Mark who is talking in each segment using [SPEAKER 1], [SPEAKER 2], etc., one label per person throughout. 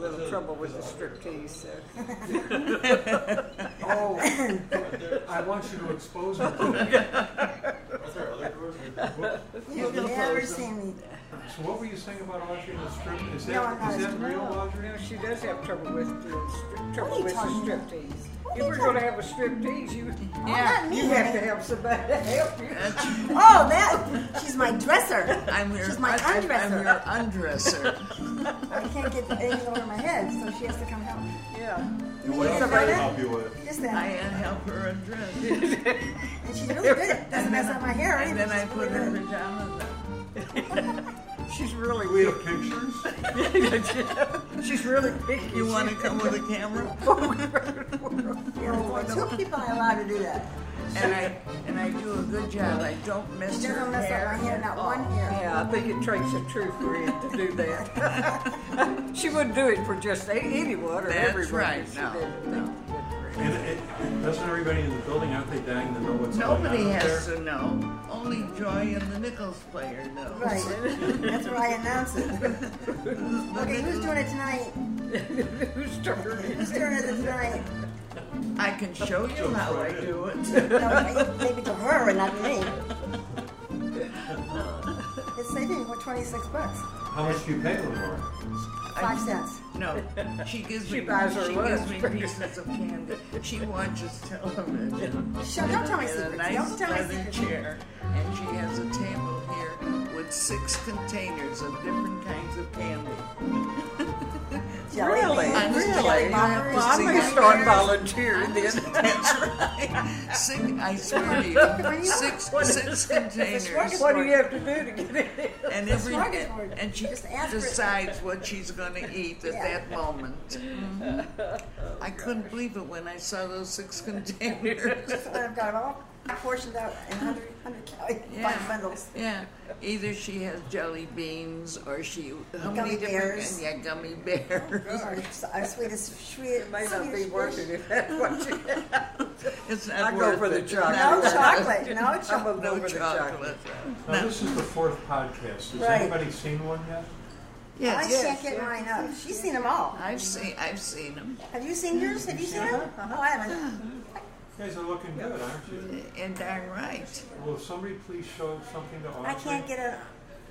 [SPEAKER 1] was a striptease. So.
[SPEAKER 2] Oh, I want you to expose me. to it.
[SPEAKER 3] Are there other doors?
[SPEAKER 4] You've never seen me.
[SPEAKER 2] So what were you saying about Audrey and the strip? Is
[SPEAKER 4] No, I'm not
[SPEAKER 2] that, is that
[SPEAKER 4] asking.
[SPEAKER 2] real Audrey?
[SPEAKER 1] No, she does have trouble with the stri- trouble
[SPEAKER 4] you
[SPEAKER 1] with the
[SPEAKER 4] talking about?
[SPEAKER 1] striptease.
[SPEAKER 4] What are
[SPEAKER 1] If
[SPEAKER 4] you
[SPEAKER 1] we're going to
[SPEAKER 4] talking-
[SPEAKER 1] have a striptease, you
[SPEAKER 4] not me,
[SPEAKER 1] you have to
[SPEAKER 4] honey.
[SPEAKER 1] have somebody to help you.
[SPEAKER 4] Oh, that she's my dresser.
[SPEAKER 5] I'm your,
[SPEAKER 4] She's my
[SPEAKER 5] I- I'm-
[SPEAKER 4] undresser.
[SPEAKER 5] I'm your undresser.
[SPEAKER 4] I can't get the things over my head, so she has to come help. me.
[SPEAKER 1] Yeah.
[SPEAKER 3] What else
[SPEAKER 4] Yeah,
[SPEAKER 3] can I
[SPEAKER 4] yeah.
[SPEAKER 3] help you with?
[SPEAKER 4] Just
[SPEAKER 5] I
[SPEAKER 4] that,
[SPEAKER 5] help her undress.
[SPEAKER 4] and she's really good. at- Doesn't mess up my hair.
[SPEAKER 5] And
[SPEAKER 4] either.
[SPEAKER 5] then I
[SPEAKER 4] She's
[SPEAKER 5] put
[SPEAKER 4] really
[SPEAKER 5] her
[SPEAKER 4] good.
[SPEAKER 5] pajamas on.
[SPEAKER 1] She's really
[SPEAKER 2] We have pictures?
[SPEAKER 1] she's really picky.
[SPEAKER 5] You want to come with a camera?
[SPEAKER 4] Yeah,
[SPEAKER 5] Oh,
[SPEAKER 4] well, Two people are allowed to do that.
[SPEAKER 5] And I and I do a good job. I don't mess
[SPEAKER 4] She
[SPEAKER 5] her
[SPEAKER 4] doesn't mess
[SPEAKER 5] hair
[SPEAKER 4] up my hair,
[SPEAKER 5] at
[SPEAKER 4] not
[SPEAKER 5] all.
[SPEAKER 4] one hair.
[SPEAKER 1] Yeah, I think it takes a true friend to do that. she wouldn't do it for just a- anyone or
[SPEAKER 5] That's
[SPEAKER 1] everyone.
[SPEAKER 5] right,
[SPEAKER 1] She
[SPEAKER 5] no,
[SPEAKER 1] didn't
[SPEAKER 5] no.
[SPEAKER 1] think it was good
[SPEAKER 2] And it, it- doesn't everybody in the building, aren't they dying to know what's going on
[SPEAKER 5] Nobody
[SPEAKER 2] out
[SPEAKER 5] has
[SPEAKER 2] there?
[SPEAKER 5] to know. Only Joy and the Nichols player know.
[SPEAKER 4] Right. That's where I announce it. Okay, who's doing it tonight?
[SPEAKER 1] for her. Who's turn it
[SPEAKER 4] Who's doing it tonight?
[SPEAKER 5] I can show you how I do it.
[SPEAKER 4] No, maybe to her and not me. It's saving for 26 bucks,
[SPEAKER 2] How much do you pay them for?
[SPEAKER 4] five cents.
[SPEAKER 5] No, she gives
[SPEAKER 1] She
[SPEAKER 5] me
[SPEAKER 1] buys her
[SPEAKER 5] she gives
[SPEAKER 1] lunch.
[SPEAKER 5] me pieces of candy. She watches television.
[SPEAKER 4] Shut- don't tell my
[SPEAKER 5] In a
[SPEAKER 4] secrets.
[SPEAKER 5] nice
[SPEAKER 4] Don't tell my
[SPEAKER 5] leather
[SPEAKER 4] secrets.
[SPEAKER 5] chair, and she has a table here with six containers of different kinds of candy.
[SPEAKER 4] Jelly
[SPEAKER 1] Really?
[SPEAKER 4] beans,
[SPEAKER 5] Really?
[SPEAKER 4] jelly
[SPEAKER 5] Well,
[SPEAKER 1] I'm
[SPEAKER 4] boppers.
[SPEAKER 1] going to start volunteering then.
[SPEAKER 5] That's right. Six, I swear to you, six six containers.
[SPEAKER 1] What do you have to do to get it in?
[SPEAKER 5] and every
[SPEAKER 4] smorgasbord.
[SPEAKER 5] and she
[SPEAKER 4] Just ask her.
[SPEAKER 5] decides what she's going to eat at
[SPEAKER 4] Yeah. Mm-hmm.
[SPEAKER 5] that moment. Mhm. I couldn't believe it when I saw those six containers.
[SPEAKER 4] I've got it all portioned out in 100, 100 calorie
[SPEAKER 5] Yeah.
[SPEAKER 4] bundles.
[SPEAKER 5] yeah, either she has jelly beans or she how
[SPEAKER 4] Gummy
[SPEAKER 5] many different-
[SPEAKER 4] bears.
[SPEAKER 5] Yeah, gummy bears.
[SPEAKER 4] Our, our sweetest, sweet,
[SPEAKER 1] It may not be
[SPEAKER 4] sweetest
[SPEAKER 1] worth
[SPEAKER 4] dish.
[SPEAKER 1] it if that's what you
[SPEAKER 5] It's not
[SPEAKER 1] I go
[SPEAKER 5] worth
[SPEAKER 1] for the
[SPEAKER 5] it.
[SPEAKER 1] chocolate.
[SPEAKER 4] No
[SPEAKER 5] Not worth
[SPEAKER 4] chocolate,
[SPEAKER 5] it.
[SPEAKER 4] no
[SPEAKER 1] I'm
[SPEAKER 4] chocolate.
[SPEAKER 1] a
[SPEAKER 5] No
[SPEAKER 1] over the
[SPEAKER 5] chocolate.
[SPEAKER 1] chocolate.
[SPEAKER 2] Now, this is the fourth podcast. Has
[SPEAKER 4] Right.
[SPEAKER 2] anybody seen one yet?
[SPEAKER 4] I
[SPEAKER 5] Yes,
[SPEAKER 4] can't get mine up. She's seen them all.
[SPEAKER 5] I've seen I've seen them,
[SPEAKER 4] Have you seen yours? Have you seen them?
[SPEAKER 1] Uh-huh.
[SPEAKER 4] Oh, I haven't.
[SPEAKER 2] You guys are looking good, aren't you?
[SPEAKER 5] and darn right.
[SPEAKER 2] Will somebody please show something to Audrey?
[SPEAKER 4] I can't get a.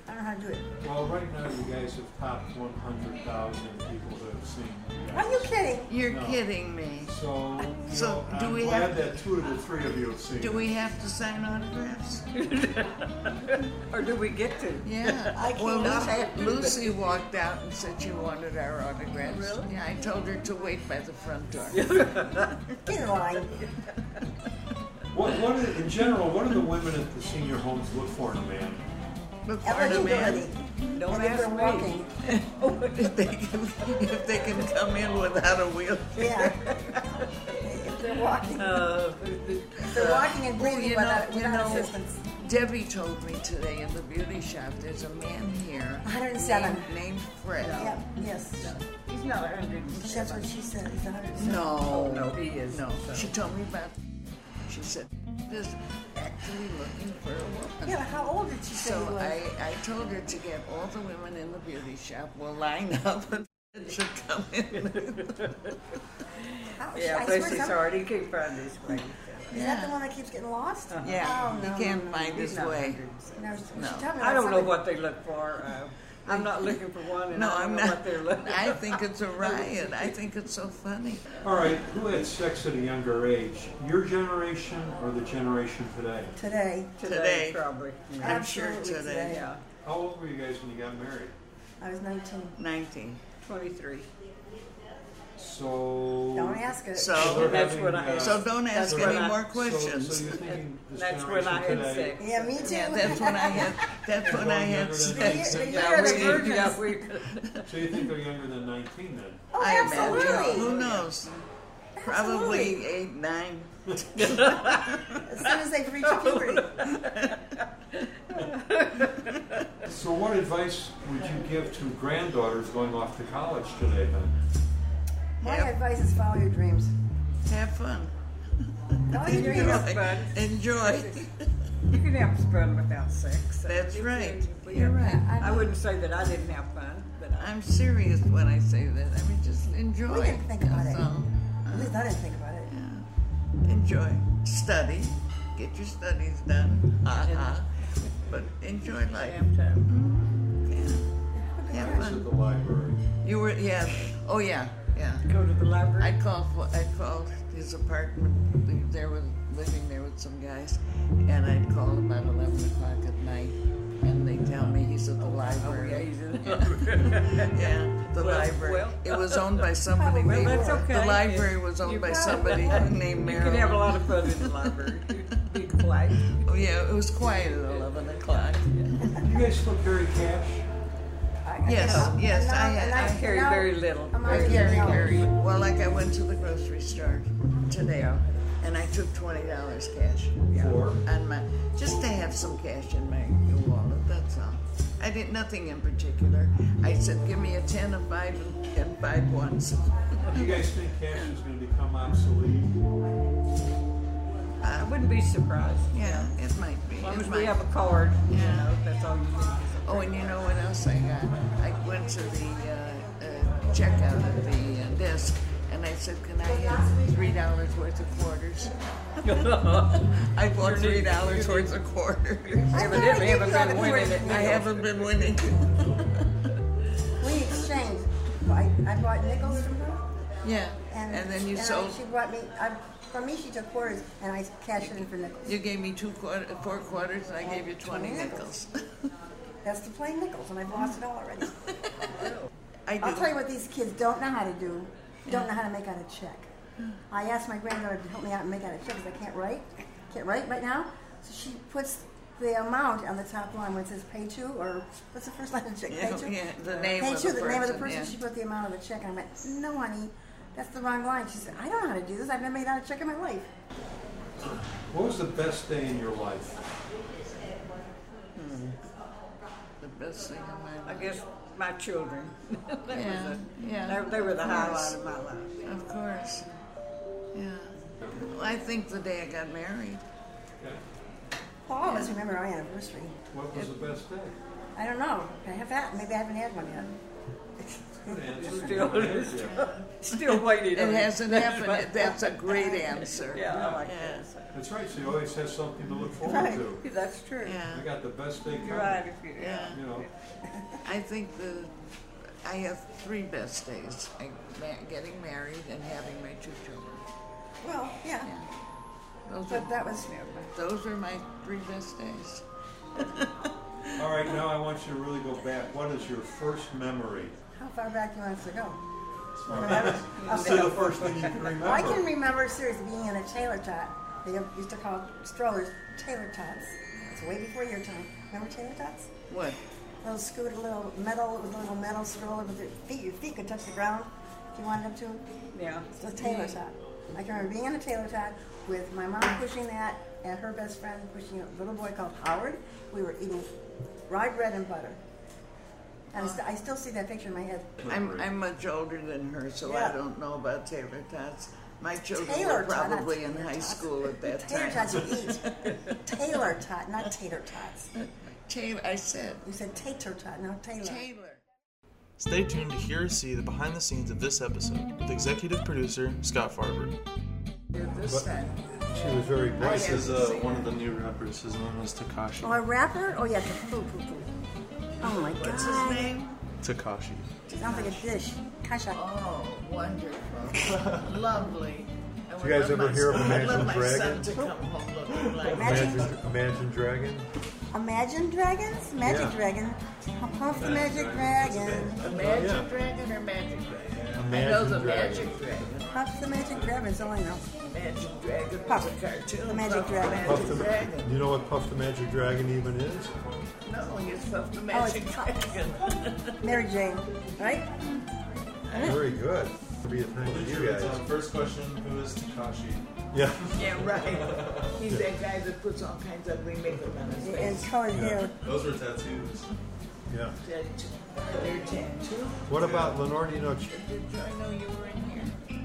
[SPEAKER 4] I don't know how to do it.
[SPEAKER 2] Well, right now you guys have topped 100,000 people that have seen. you
[SPEAKER 4] Are you
[SPEAKER 2] guys.
[SPEAKER 4] kidding?
[SPEAKER 5] You're
[SPEAKER 2] No.
[SPEAKER 5] kidding me.
[SPEAKER 2] So, you
[SPEAKER 5] So,
[SPEAKER 2] know,
[SPEAKER 5] do
[SPEAKER 2] I'm
[SPEAKER 5] we
[SPEAKER 2] glad
[SPEAKER 5] have-
[SPEAKER 2] that two of the three of you have seen.
[SPEAKER 5] Do
[SPEAKER 2] it.
[SPEAKER 5] we have to sign autographs?
[SPEAKER 1] Or do we get to?
[SPEAKER 5] Yeah.
[SPEAKER 4] I
[SPEAKER 5] well,
[SPEAKER 4] cannot
[SPEAKER 5] Lucy,
[SPEAKER 4] have to,
[SPEAKER 5] Lucy walked out and said she wanted our autographs. Really? Yeah, I told her to wait by the front door.
[SPEAKER 4] Get in line.
[SPEAKER 2] What, what are, in general, what do the women at the senior homes look for in a man?
[SPEAKER 5] Look for the
[SPEAKER 4] Eligibility.
[SPEAKER 5] man.
[SPEAKER 1] Don't
[SPEAKER 4] And if they're
[SPEAKER 1] ask me.
[SPEAKER 4] walking.
[SPEAKER 5] If they, can, if they can come in without a wheelchair.
[SPEAKER 4] Yeah. If they're walking.
[SPEAKER 1] Uh,
[SPEAKER 4] If they're walking and breathing
[SPEAKER 5] you know-
[SPEAKER 4] without,
[SPEAKER 5] you
[SPEAKER 4] without
[SPEAKER 5] know-
[SPEAKER 4] assistance.
[SPEAKER 5] Debbie told me today in the beauty shop there's a man here.
[SPEAKER 4] 107.
[SPEAKER 5] Named, named Fred.
[SPEAKER 4] Yep, yes.
[SPEAKER 1] he's not 100.
[SPEAKER 4] That's what she said. It's 100.
[SPEAKER 5] No.
[SPEAKER 1] No, he is.
[SPEAKER 5] No. She told me about She said, is actually looking for a woman.
[SPEAKER 4] Yeah, but how old did she say
[SPEAKER 5] So
[SPEAKER 4] he was?
[SPEAKER 5] I, I told her to get all the women in the beauty shop will line up and she'll come in.
[SPEAKER 4] How- she-
[SPEAKER 1] Yeah,
[SPEAKER 4] I
[SPEAKER 1] bless
[SPEAKER 4] swear
[SPEAKER 1] his
[SPEAKER 4] some-
[SPEAKER 1] heart. He can't find his way.
[SPEAKER 4] Is that the one that keeps getting lost?
[SPEAKER 5] Yeah,
[SPEAKER 4] Oh, no.
[SPEAKER 5] he Uh-huh. can't find
[SPEAKER 1] He's
[SPEAKER 5] his
[SPEAKER 1] not
[SPEAKER 5] way.
[SPEAKER 1] 100.
[SPEAKER 4] No, she- she
[SPEAKER 5] No.
[SPEAKER 4] told me
[SPEAKER 1] I
[SPEAKER 4] about
[SPEAKER 1] don't know
[SPEAKER 4] somebody-
[SPEAKER 1] what they look for. Uh, I'm not looking for one, and I
[SPEAKER 5] No,
[SPEAKER 1] don't
[SPEAKER 5] I'm
[SPEAKER 1] know
[SPEAKER 5] not.
[SPEAKER 1] what they're looking.
[SPEAKER 5] I think it's a riot. I think it's so funny.
[SPEAKER 2] All right, who had sex at a younger age? Your generation or the generation today?
[SPEAKER 4] Today,
[SPEAKER 5] Today.
[SPEAKER 1] probably.
[SPEAKER 5] I'm sure
[SPEAKER 4] Absolutely
[SPEAKER 5] today.
[SPEAKER 1] Yeah,
[SPEAKER 2] How old were you guys when you got married?
[SPEAKER 4] I was 19.
[SPEAKER 5] 19.
[SPEAKER 1] 23.
[SPEAKER 2] So.
[SPEAKER 4] Don't ask it.
[SPEAKER 5] So-
[SPEAKER 2] they're uh,
[SPEAKER 1] That's what I-
[SPEAKER 5] So don't ask
[SPEAKER 1] That's when
[SPEAKER 5] any
[SPEAKER 1] I-
[SPEAKER 5] more
[SPEAKER 2] so-
[SPEAKER 5] questions.
[SPEAKER 2] So, you're thinking this
[SPEAKER 1] That's when
[SPEAKER 2] generation
[SPEAKER 1] I had
[SPEAKER 2] today,
[SPEAKER 1] sex.
[SPEAKER 4] Yeah, me too.
[SPEAKER 5] yeah, that's when I had. That's when I had sex.
[SPEAKER 4] The year- the
[SPEAKER 1] Yeah,
[SPEAKER 4] year of
[SPEAKER 1] we-
[SPEAKER 4] the virgins.
[SPEAKER 1] yeah, we-
[SPEAKER 2] So you think they're younger than 19 then?
[SPEAKER 4] Oh,
[SPEAKER 5] I imagine.
[SPEAKER 4] absolutely.
[SPEAKER 5] Who knows? Probably eight, nine.
[SPEAKER 4] As soon as they reach puberty.
[SPEAKER 2] So what advice would you give to granddaughters going off to college today then?
[SPEAKER 4] My
[SPEAKER 5] Yep.
[SPEAKER 4] advice is follow your dreams.
[SPEAKER 5] Have fun.
[SPEAKER 4] Follow your dreams.
[SPEAKER 1] fun.
[SPEAKER 5] Enjoy.
[SPEAKER 1] You can have fun without sex.
[SPEAKER 5] That's right.
[SPEAKER 1] But
[SPEAKER 5] You're right.
[SPEAKER 1] I wouldn't say that I didn't have fun, but I,
[SPEAKER 5] I'm serious when I say that. I mean, just enjoy.
[SPEAKER 4] We didn't think about
[SPEAKER 5] that's
[SPEAKER 4] it.
[SPEAKER 5] all.
[SPEAKER 4] At least I didn't think about it.
[SPEAKER 5] Yeah. Enjoy. Study. Get your studies done. Ha ha. But enjoy life.
[SPEAKER 1] have to.
[SPEAKER 5] Yeah. Have
[SPEAKER 3] At
[SPEAKER 5] fun.
[SPEAKER 3] the library.
[SPEAKER 5] You were, yeah. Oh, yeah. Yeah.
[SPEAKER 1] Go to the
[SPEAKER 5] I
[SPEAKER 1] library.
[SPEAKER 5] called. I called his apartment. We- There was living there with some guys, and I called about eleven o'clock at night, and they tell me he's at the
[SPEAKER 1] Oh, yeah,
[SPEAKER 5] library.
[SPEAKER 1] he's in
[SPEAKER 5] Yeah, the
[SPEAKER 1] Well,
[SPEAKER 5] library.
[SPEAKER 1] well.
[SPEAKER 5] It was owned by somebody.
[SPEAKER 1] Well,
[SPEAKER 5] named,
[SPEAKER 1] that's okay.
[SPEAKER 5] The library was
[SPEAKER 1] You-
[SPEAKER 5] owned by somebody named
[SPEAKER 1] You
[SPEAKER 5] Marilyn.
[SPEAKER 1] can have a lot of fun in the library. Be polite.
[SPEAKER 5] Oh, yeah, it was quiet at eleven o'clock.
[SPEAKER 2] You guys still carry cash?
[SPEAKER 5] Yes, yes,
[SPEAKER 4] And
[SPEAKER 5] I
[SPEAKER 4] now-
[SPEAKER 5] had.
[SPEAKER 4] and
[SPEAKER 1] I
[SPEAKER 5] I,
[SPEAKER 1] carry
[SPEAKER 4] now-
[SPEAKER 1] very little.
[SPEAKER 4] I'm
[SPEAKER 5] I
[SPEAKER 4] already
[SPEAKER 5] carry,
[SPEAKER 4] out.
[SPEAKER 5] carry. Well, like I went to the grocery store today, and I took twenty dollars cash.
[SPEAKER 2] Four.
[SPEAKER 5] on my just to have some cash in my wallet. That's all. I did nothing in particular. I said, give me a ten, a five, and- and five ones.
[SPEAKER 2] Do you guys think cash is going to become obsolete?
[SPEAKER 1] I wouldn't be surprised.
[SPEAKER 5] Yeah, it might be.
[SPEAKER 1] As long
[SPEAKER 5] it
[SPEAKER 1] as
[SPEAKER 5] might.
[SPEAKER 1] we have a card, you
[SPEAKER 5] Yeah.
[SPEAKER 1] know, that's all you need. is a
[SPEAKER 5] oh,
[SPEAKER 1] card.
[SPEAKER 5] and you know what else I got? I went to the uh, uh, checkout at the uh, desk, and I said, can I have three dollars worth of quarters? I bought three dollars worth of quarters.
[SPEAKER 4] I
[SPEAKER 1] Evidently,
[SPEAKER 4] thought we did
[SPEAKER 1] haven't
[SPEAKER 4] grab
[SPEAKER 1] been
[SPEAKER 4] a
[SPEAKER 1] winning
[SPEAKER 4] quarter.
[SPEAKER 1] it.
[SPEAKER 5] I haven't been winning.
[SPEAKER 4] We exchanged. I, I bought nickels from her.
[SPEAKER 5] yeah,
[SPEAKER 4] And,
[SPEAKER 5] and then you
[SPEAKER 4] and I-
[SPEAKER 5] sold.
[SPEAKER 4] she brought me, I, for me, she took quarters and I cashed it in for nickels.
[SPEAKER 5] You gave me two quarter, four quarters, and I gave you twenty nickels.
[SPEAKER 4] That's the plain nickels, and I've lost it all already.
[SPEAKER 5] I
[SPEAKER 4] I'll tell you
[SPEAKER 5] do.
[SPEAKER 4] what these kids don't know how to do. Don't know how to make out a check. I asked my granddaughter to help me out and make out a check because I can't write. Can't write right now. So she puts the amount on the top line when it says pay to or what's the first line of the check?
[SPEAKER 5] Yeah,
[SPEAKER 4] Pay to.
[SPEAKER 5] yeah, the name
[SPEAKER 4] pay
[SPEAKER 5] of
[SPEAKER 4] to
[SPEAKER 5] the
[SPEAKER 4] name of the person.
[SPEAKER 5] person, yeah.
[SPEAKER 4] She put the amount of the check. And I went, no, honey, that's the wrong line. She said, I don't know how to do this. I've never made out a check in my life.
[SPEAKER 2] What was the best day in your life?
[SPEAKER 5] The best thing in my
[SPEAKER 1] I
[SPEAKER 5] life.
[SPEAKER 1] guess my children. That was
[SPEAKER 5] Yeah,
[SPEAKER 1] it.
[SPEAKER 5] yeah.
[SPEAKER 1] They, they were the
[SPEAKER 5] of
[SPEAKER 1] highlight
[SPEAKER 5] course.
[SPEAKER 1] of my life.
[SPEAKER 5] Of course. Yeah. Well, I think the day I got married.
[SPEAKER 4] Well, I always remember "Oh, our anniversary.
[SPEAKER 2] What was the best day?
[SPEAKER 4] I don't know. Can I have that? Maybe I haven't had one yet.
[SPEAKER 2] Good answer.
[SPEAKER 1] Still-
[SPEAKER 2] Good answer.
[SPEAKER 1] Still waiting.
[SPEAKER 5] It
[SPEAKER 1] on
[SPEAKER 5] hasn't happened.
[SPEAKER 1] but-
[SPEAKER 5] That's a great answer.
[SPEAKER 1] Yeah, I like
[SPEAKER 5] Yeah.
[SPEAKER 2] That's right, so you always have something to look forward
[SPEAKER 4] Right.
[SPEAKER 2] to.
[SPEAKER 1] that. That's true.
[SPEAKER 5] Yeah.
[SPEAKER 2] I got the best day
[SPEAKER 1] You're right.
[SPEAKER 2] coming,
[SPEAKER 1] If you, yeah.
[SPEAKER 5] Yeah.
[SPEAKER 2] you know.
[SPEAKER 5] I think the I have three best days. I, ma- getting married and having my two children.
[SPEAKER 4] Well, yeah.
[SPEAKER 5] Yeah. Those
[SPEAKER 4] But
[SPEAKER 5] are
[SPEAKER 4] that was
[SPEAKER 5] those are my three best days.
[SPEAKER 2] All right, now I want you to really go back. What is your first memory?
[SPEAKER 4] how far back do you want us to go?
[SPEAKER 2] This is the first thing you can remember.
[SPEAKER 4] I can remember seriously being in a Taylor tot. They used to call strollers Taylor tots. It's way before your time. Remember Taylor tots?
[SPEAKER 5] What?
[SPEAKER 4] Little scooter, little metal, with a little metal stroller with your feet. Your feet could touch the ground if you wanted them to.
[SPEAKER 1] yeah.
[SPEAKER 4] It's a Taylor
[SPEAKER 5] Mm-hmm.
[SPEAKER 4] tot. I can remember being in a Taylor tot with my mom pushing that and her best friend pushing a little boy called Howard. We were eating rye bread and butter. And I, st- I still see that picture in my head.
[SPEAKER 5] I'm I'm much older than her, so I
[SPEAKER 4] Yeah.
[SPEAKER 5] don't know about Taylor tots. My children
[SPEAKER 4] Taylor
[SPEAKER 5] were
[SPEAKER 4] tot, not
[SPEAKER 5] probably in
[SPEAKER 4] tater
[SPEAKER 5] high
[SPEAKER 4] tots.
[SPEAKER 5] school at that
[SPEAKER 4] Tater
[SPEAKER 5] time.
[SPEAKER 4] tots you eat. Taylor tot, not tater tots.
[SPEAKER 5] Taylor, I said
[SPEAKER 4] You said tater tot, not Taylor.
[SPEAKER 5] Taylor.
[SPEAKER 6] Stay tuned to hear and see the behind the scenes of this episode with executive producer Scott Farber.
[SPEAKER 1] This time.
[SPEAKER 3] She was very
[SPEAKER 6] This
[SPEAKER 3] bright.
[SPEAKER 6] is uh, one of the new rappers. His name is
[SPEAKER 4] oh,
[SPEAKER 6] Takashi.
[SPEAKER 4] a rapper? Oh, yeah, poo poo poo. Oh my god.
[SPEAKER 5] What's his name?
[SPEAKER 6] Takashi.
[SPEAKER 4] Sounds like a dish. Kasha.
[SPEAKER 5] Oh, wonderful, lovely. I
[SPEAKER 3] you guys
[SPEAKER 5] would love
[SPEAKER 3] ever hear of
[SPEAKER 5] my- I'd love
[SPEAKER 3] Imagine
[SPEAKER 5] my son
[SPEAKER 3] Dragon? Oh,
[SPEAKER 5] to come home looking like that.
[SPEAKER 4] Magic,
[SPEAKER 3] Imagine, Imagine Dragon.
[SPEAKER 4] imagine dragons? Magic
[SPEAKER 3] Yeah.
[SPEAKER 4] dragon. Huff, huff the magic dragon.
[SPEAKER 5] A magic dragon or magic dragon? I know
[SPEAKER 3] Imagine
[SPEAKER 5] the
[SPEAKER 3] Dragon.
[SPEAKER 5] magic dragon.
[SPEAKER 4] Huff the magic dragon. It's all I know.
[SPEAKER 5] Magic dragon was
[SPEAKER 4] Puff.
[SPEAKER 5] a cartoon.
[SPEAKER 4] The magic
[SPEAKER 5] Puff the
[SPEAKER 4] dragon.
[SPEAKER 5] Magic
[SPEAKER 3] Puff the,
[SPEAKER 5] dragon.
[SPEAKER 3] you know what Puff the Magic Dragon even is?
[SPEAKER 5] No, it's Puff the
[SPEAKER 4] Oh, it's
[SPEAKER 5] magic
[SPEAKER 4] Puff.
[SPEAKER 5] dragon.
[SPEAKER 4] Mary Jane, right?
[SPEAKER 3] Very good. It'll be a thing with you guys.
[SPEAKER 7] First question, who is Takashi?
[SPEAKER 3] Yeah.
[SPEAKER 5] yeah, right. He's that guy that puts all kinds of ugly makeup on his
[SPEAKER 4] And
[SPEAKER 5] face.
[SPEAKER 4] colored hair.
[SPEAKER 7] Those were tattoos.
[SPEAKER 3] Yeah.
[SPEAKER 5] That- They're tattooed.
[SPEAKER 3] What about Lenore? Do you know
[SPEAKER 5] Did Joy know you were in here?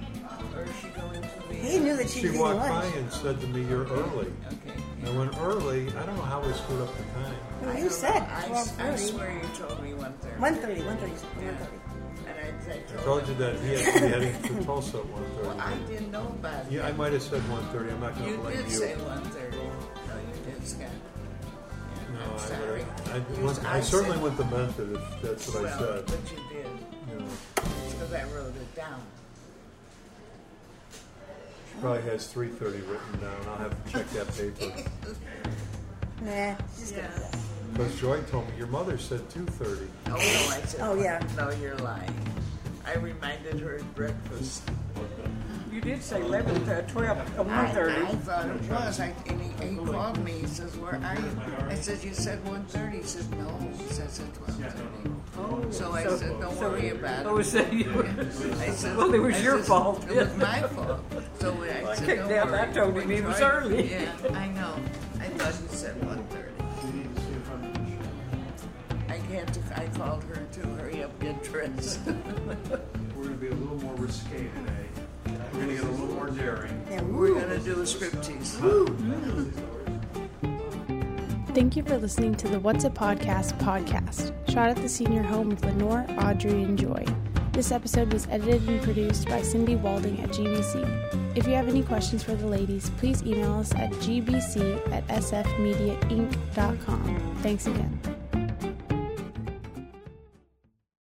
[SPEAKER 5] Or is she going to
[SPEAKER 4] He
[SPEAKER 5] be?
[SPEAKER 4] knew that she
[SPEAKER 3] she
[SPEAKER 4] was eating
[SPEAKER 3] walked by
[SPEAKER 4] lunch.
[SPEAKER 3] and said to me, "You're early."
[SPEAKER 5] Okay.
[SPEAKER 3] I went early. I don't know how we screwed up the time.
[SPEAKER 4] Well,
[SPEAKER 5] I
[SPEAKER 4] you
[SPEAKER 5] don't
[SPEAKER 4] said
[SPEAKER 5] know. I, I
[SPEAKER 4] 12:30.
[SPEAKER 5] swear you told me one thirty.
[SPEAKER 4] 1:30, 1:30,
[SPEAKER 5] Yeah.
[SPEAKER 4] 1:30.
[SPEAKER 5] And I, I
[SPEAKER 3] I
[SPEAKER 5] told,
[SPEAKER 3] told you
[SPEAKER 5] him,
[SPEAKER 3] that he had to be heading to Tulsa at
[SPEAKER 5] Well, I
[SPEAKER 3] 1.30.
[SPEAKER 5] didn't know about it.
[SPEAKER 3] Yeah, I might have said 1.30. I'm not going
[SPEAKER 5] You
[SPEAKER 3] to blame
[SPEAKER 5] did
[SPEAKER 3] you.
[SPEAKER 5] say one thirty. No, you did, Scott. Yeah,
[SPEAKER 3] no,
[SPEAKER 5] I'm
[SPEAKER 3] I,
[SPEAKER 5] sorry.
[SPEAKER 3] would've- I,
[SPEAKER 5] You-
[SPEAKER 3] went- I
[SPEAKER 5] said-
[SPEAKER 3] certainly went to Memphis. If that's what I
[SPEAKER 5] Well,
[SPEAKER 3] said.
[SPEAKER 5] but you did,
[SPEAKER 3] You know,
[SPEAKER 5] because I wrote it down.
[SPEAKER 3] she probably has 3.30 written down. I'll have to check that paper.
[SPEAKER 4] Nah, just
[SPEAKER 5] Yeah.
[SPEAKER 3] Because Joy told me your mother said 2.30.
[SPEAKER 5] Oh, no, I said.
[SPEAKER 4] Oh, yeah.
[SPEAKER 5] No, you're lying. I reminded her at breakfast.
[SPEAKER 1] You did say 11 to 12, uh,
[SPEAKER 5] I,
[SPEAKER 1] 1:30.
[SPEAKER 5] I thought it was. I, and he, he called me. He says, "Where are you?" I said, "You said 1.30. He said, "No." He says, "It's 12.30.
[SPEAKER 1] Oh,
[SPEAKER 5] So I said, "Don't
[SPEAKER 1] so-
[SPEAKER 5] worry about it."
[SPEAKER 1] Oh, so you were.
[SPEAKER 5] I said,
[SPEAKER 1] Well, it was
[SPEAKER 5] I
[SPEAKER 1] your
[SPEAKER 5] said,
[SPEAKER 1] fault.
[SPEAKER 5] It was my fault. So when I, said,
[SPEAKER 1] kicked him.
[SPEAKER 5] "Don't
[SPEAKER 1] I
[SPEAKER 5] worry,
[SPEAKER 1] told
[SPEAKER 5] we
[SPEAKER 1] him he was
[SPEAKER 5] tried-
[SPEAKER 1] early.
[SPEAKER 5] Yeah, I know. I thought you said 1.30. I had to. I called her to hurry up get dressed.
[SPEAKER 2] We're gonna be a little more risque today. We're gonna get a little more daring.
[SPEAKER 4] yeah.
[SPEAKER 5] We're
[SPEAKER 4] Woo.
[SPEAKER 5] gonna do a striptease.
[SPEAKER 8] Thank you for listening to the What's a Podcast podcast, shot at the senior home of Lenore, Audrey, and Joy. This episode was edited and produced by Cindy Walding at GBC. If you have any questions for the ladies, please email us at gbc at sfmediainc.com. Thanks again.